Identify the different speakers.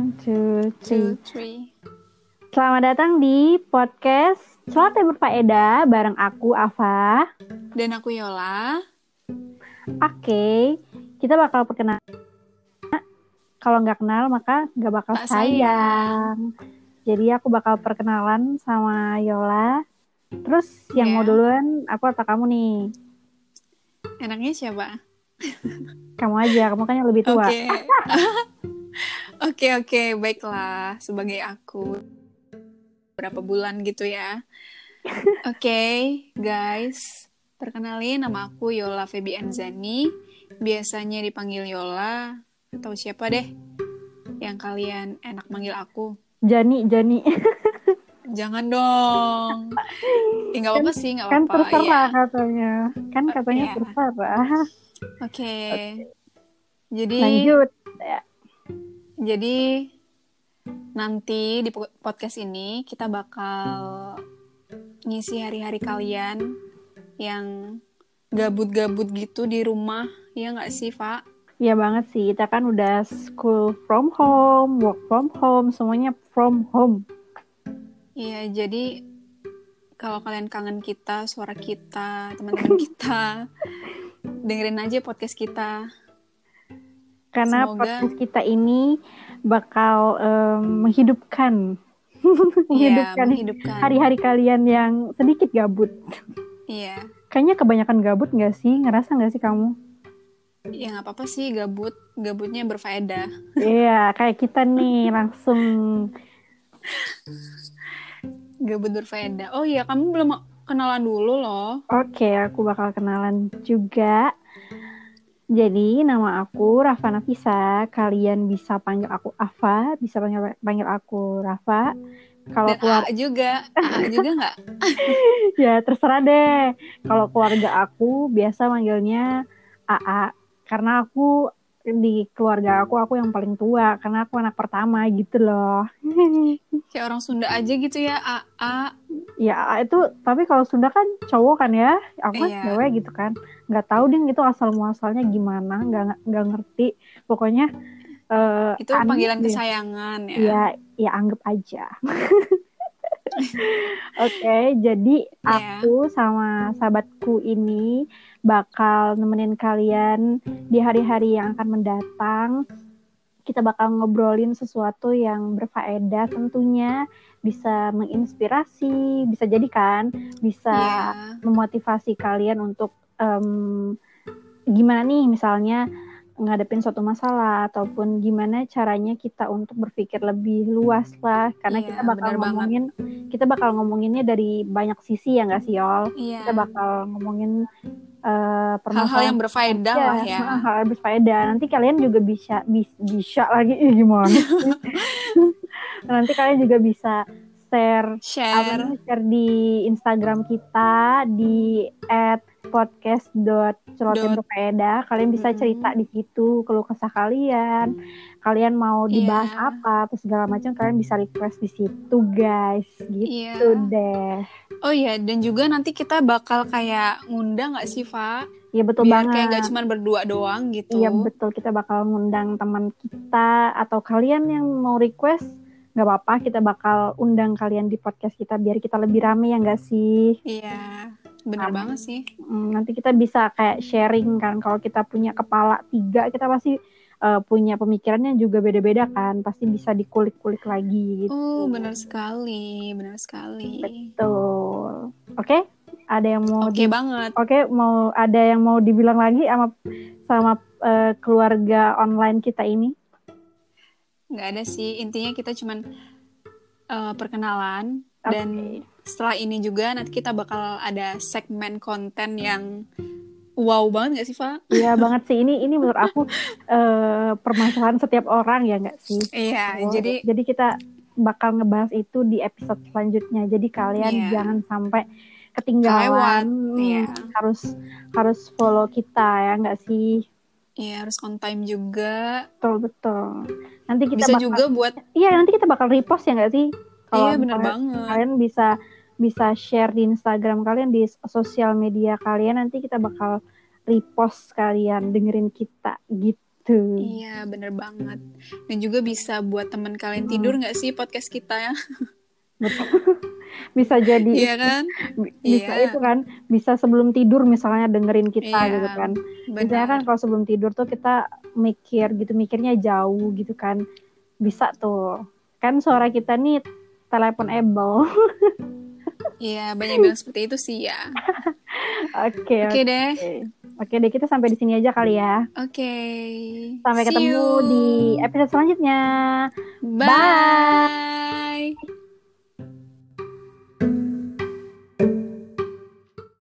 Speaker 1: One, two,
Speaker 2: two, three.
Speaker 1: Selamat datang di podcast Celoteh Berfaedah bareng aku, Ava.
Speaker 2: Dan aku Yola.
Speaker 1: Oke, kita bakal perkenalan. Kalau nggak kenal, maka nggak bakal
Speaker 2: Tak
Speaker 1: sayang. Jadi aku bakal perkenalan sama Yola. Terus yang
Speaker 2: Ya.
Speaker 1: mau duluan, aku atau kamu nih?
Speaker 2: Enaknya siapa?
Speaker 1: Kamu aja, kamu kan yang lebih tua.
Speaker 2: Oke. Oke, oke, baiklah. Sebagai aku berapa bulan gitu ya. Oke, guys. Perkenalin nama aku Yola Febian Zani. Biasanya dipanggil Yola atau siapa deh yang kalian enak manggil aku.
Speaker 1: Jani, Jani.
Speaker 2: Jangan dong. Ya nggak apa-apa sih, nggak
Speaker 1: kan
Speaker 2: apa-apa. Iya.
Speaker 1: terserah katanya. Kan katanya
Speaker 2: Iya.
Speaker 1: terserah.
Speaker 2: Oke. Jadi
Speaker 1: Lanjut.
Speaker 2: jadi nanti di po- podcast ini kita bakal ngisi hari-hari kalian yang gabut-gabut gitu di rumah. Iya nggak sih, Pak?
Speaker 1: Iya banget sih, kita kan udah school from home, work from home, semuanya from home.
Speaker 2: Iya, jadi kalau kalian kangen kita, suara kita, teman-teman kita, dengerin aja podcast kita.
Speaker 1: Karena
Speaker 2: Semoga-
Speaker 1: podcast kita ini bakal em, menghidupkan
Speaker 2: Iya,
Speaker 1: menghidupkan
Speaker 2: menghidupkan.
Speaker 1: hari-hari kalian yang sedikit gabut.
Speaker 2: Iya.
Speaker 1: Kayaknya kebanyakan gabut nggak sih? Ngerasa nggak sih kamu?
Speaker 2: Ya nggak apa-apa sih gabut, gabutnya berfaedah.
Speaker 1: Iya, kayak kita nih langsung
Speaker 2: Gabut berfaedah. Oh iya, kamu belum kenalan dulu loh.
Speaker 1: Oke, aku bakal kenalan juga. Jadi, nama aku Rafa Nafisa. Kalian bisa panggil aku Ava, bisa panggil panggil aku Rafa. Kalau
Speaker 2: Dan
Speaker 1: keluar
Speaker 2: A juga, A juga nggak?
Speaker 1: ya terserah deh. Kalau keluarga aku biasa manggilnya AA karena aku di keluarga aku aku yang paling tua karena aku anak pertama gitu loh.
Speaker 2: Kayak orang Sunda aja gitu ya, A, A.
Speaker 1: Ya AA itu tapi kalau Sunda kan cowok kan ya, aku kan
Speaker 2: Iya.
Speaker 1: cewek gitu kan. Nggak tahu deh itu asal muasalnya gimana, nggak nggak ngerti. Pokoknya eh,
Speaker 2: Itu
Speaker 1: aneh
Speaker 2: panggilan
Speaker 1: deh.
Speaker 2: kesayangan ya.
Speaker 1: Ya, ya anggap aja. Oke, jadi
Speaker 2: Iya,
Speaker 1: aku sama sahabatku ini bakal nemenin kalian di hari-hari yang akan mendatang. Kita bakal ngobrolin sesuatu yang berfaedah tentunya, bisa menginspirasi, bisa jadi kan, bisa
Speaker 2: Iya.
Speaker 1: memotivasi kalian untuk em, gimana nih misalnya ngadepin suatu masalah ataupun gimana caranya kita untuk berpikir lebih luas lah karena
Speaker 2: Iya,
Speaker 1: kita bakal
Speaker 2: bener banget.
Speaker 1: ngomongin kita bakal ngomonginnya dari banyak sisi ya nggak sih Yol
Speaker 2: Iya.
Speaker 1: kita bakal ngomongin eh,
Speaker 2: Hal-hal
Speaker 1: permasalahan
Speaker 2: yang berfaedah
Speaker 1: Iya,
Speaker 2: lah ya.
Speaker 1: hal-hal yang berfaedah. Nanti kalian juga bisa bis- bisa lagi ih, gimana? sih? Nanti kalian juga bisa share apa
Speaker 2: Share.
Speaker 1: namanya, share di Instagram kita di @podcast.celotenberfaedah. Kalian bisa
Speaker 2: Mm-mm.
Speaker 1: cerita di situ keluh kesah kalian. Kalian mau dibahas
Speaker 2: Iya.
Speaker 1: apa atau segala macam kalian bisa request di situ, guys. Gitu
Speaker 2: Iya.
Speaker 1: deh.
Speaker 2: Oh iya, dan juga nanti kita bakal kayak ngundang nggak sih, Fa?
Speaker 1: Ya betul
Speaker 2: Biar
Speaker 1: banget.
Speaker 2: Iya, kayak nggak cuma berdua doang gitu.
Speaker 1: Iya betul kita bakal ngundang teman kita atau kalian yang mau request nggak apa-apa kita bakal undang kalian di podcast kita biar kita lebih rame ya nggak sih
Speaker 2: Iya, bener
Speaker 1: Sama.
Speaker 2: banget sih.
Speaker 1: Mm, nanti kita bisa kayak sharing kan kalau kita punya kepala tiga kita pasti eh, punya pemikirannya juga beda-beda kan pasti bisa dikulik-kulik lagi gitu.
Speaker 2: Oh, benar sekali, benar sekali.
Speaker 1: betul gitu. oke ada yang mau
Speaker 2: Oke
Speaker 1: di-
Speaker 2: banget.
Speaker 1: oke mau ada yang mau dibilang lagi sama sama eh, keluarga online kita ini
Speaker 2: Nggak ada sih, intinya kita cuman eh, perkenalan
Speaker 1: Oke.
Speaker 2: dan setelah ini juga nanti kita bakal ada segmen konten yang wow banget nggak sih, Fa?
Speaker 1: Iya banget sih ini ini menurut aku eh, permasalahan setiap orang ya nggak sih.
Speaker 2: Iya,
Speaker 1: Oh,
Speaker 2: jadi
Speaker 1: kita bakal ngebahas itu di episode selanjutnya. Jadi kalian
Speaker 2: Iya.
Speaker 1: jangan sampai ketinggalan. Hmm,
Speaker 2: iya.
Speaker 1: Harus harus follow kita ya nggak sih.
Speaker 2: ya harus on time juga.
Speaker 1: Betul betul. Nanti kita
Speaker 2: Bisa
Speaker 1: bakal,
Speaker 2: juga buat
Speaker 1: Iya nanti kita bakal repost ya nggak sih. Kalau
Speaker 2: iya bener
Speaker 1: misalnya
Speaker 2: banget.
Speaker 1: kalian bisa bisa share di Instagram kalian di sosial media kalian nanti kita bakal repost kalian dengerin kita gitu. gitu.
Speaker 2: Iya, bener banget. Dan juga bisa buat teman
Speaker 1: Hmm.
Speaker 2: kalian tidur nggak sih podcast kita ya?
Speaker 1: Betul. bisa jadi
Speaker 2: Iya kan?
Speaker 1: bi- bisa
Speaker 2: Iya.
Speaker 1: itu kan bisa sebelum tidur misalnya dengerin kita
Speaker 2: Iya,
Speaker 1: gitu kan misalnya kan
Speaker 2: Benar.
Speaker 1: kalau sebelum tidur tuh kita mikir gitu mikirnya jauh gitu kan bisa tuh kan suara kita nih telepon able
Speaker 2: Iya, banyak bilang seperti itu sih ya.
Speaker 1: oke
Speaker 2: Oke deh.
Speaker 1: oke oke deh kita sampai di sini aja kali ya
Speaker 2: Oke.
Speaker 1: sampai
Speaker 2: See
Speaker 1: ketemu
Speaker 2: you.
Speaker 1: di episode selanjutnya
Speaker 2: Bye.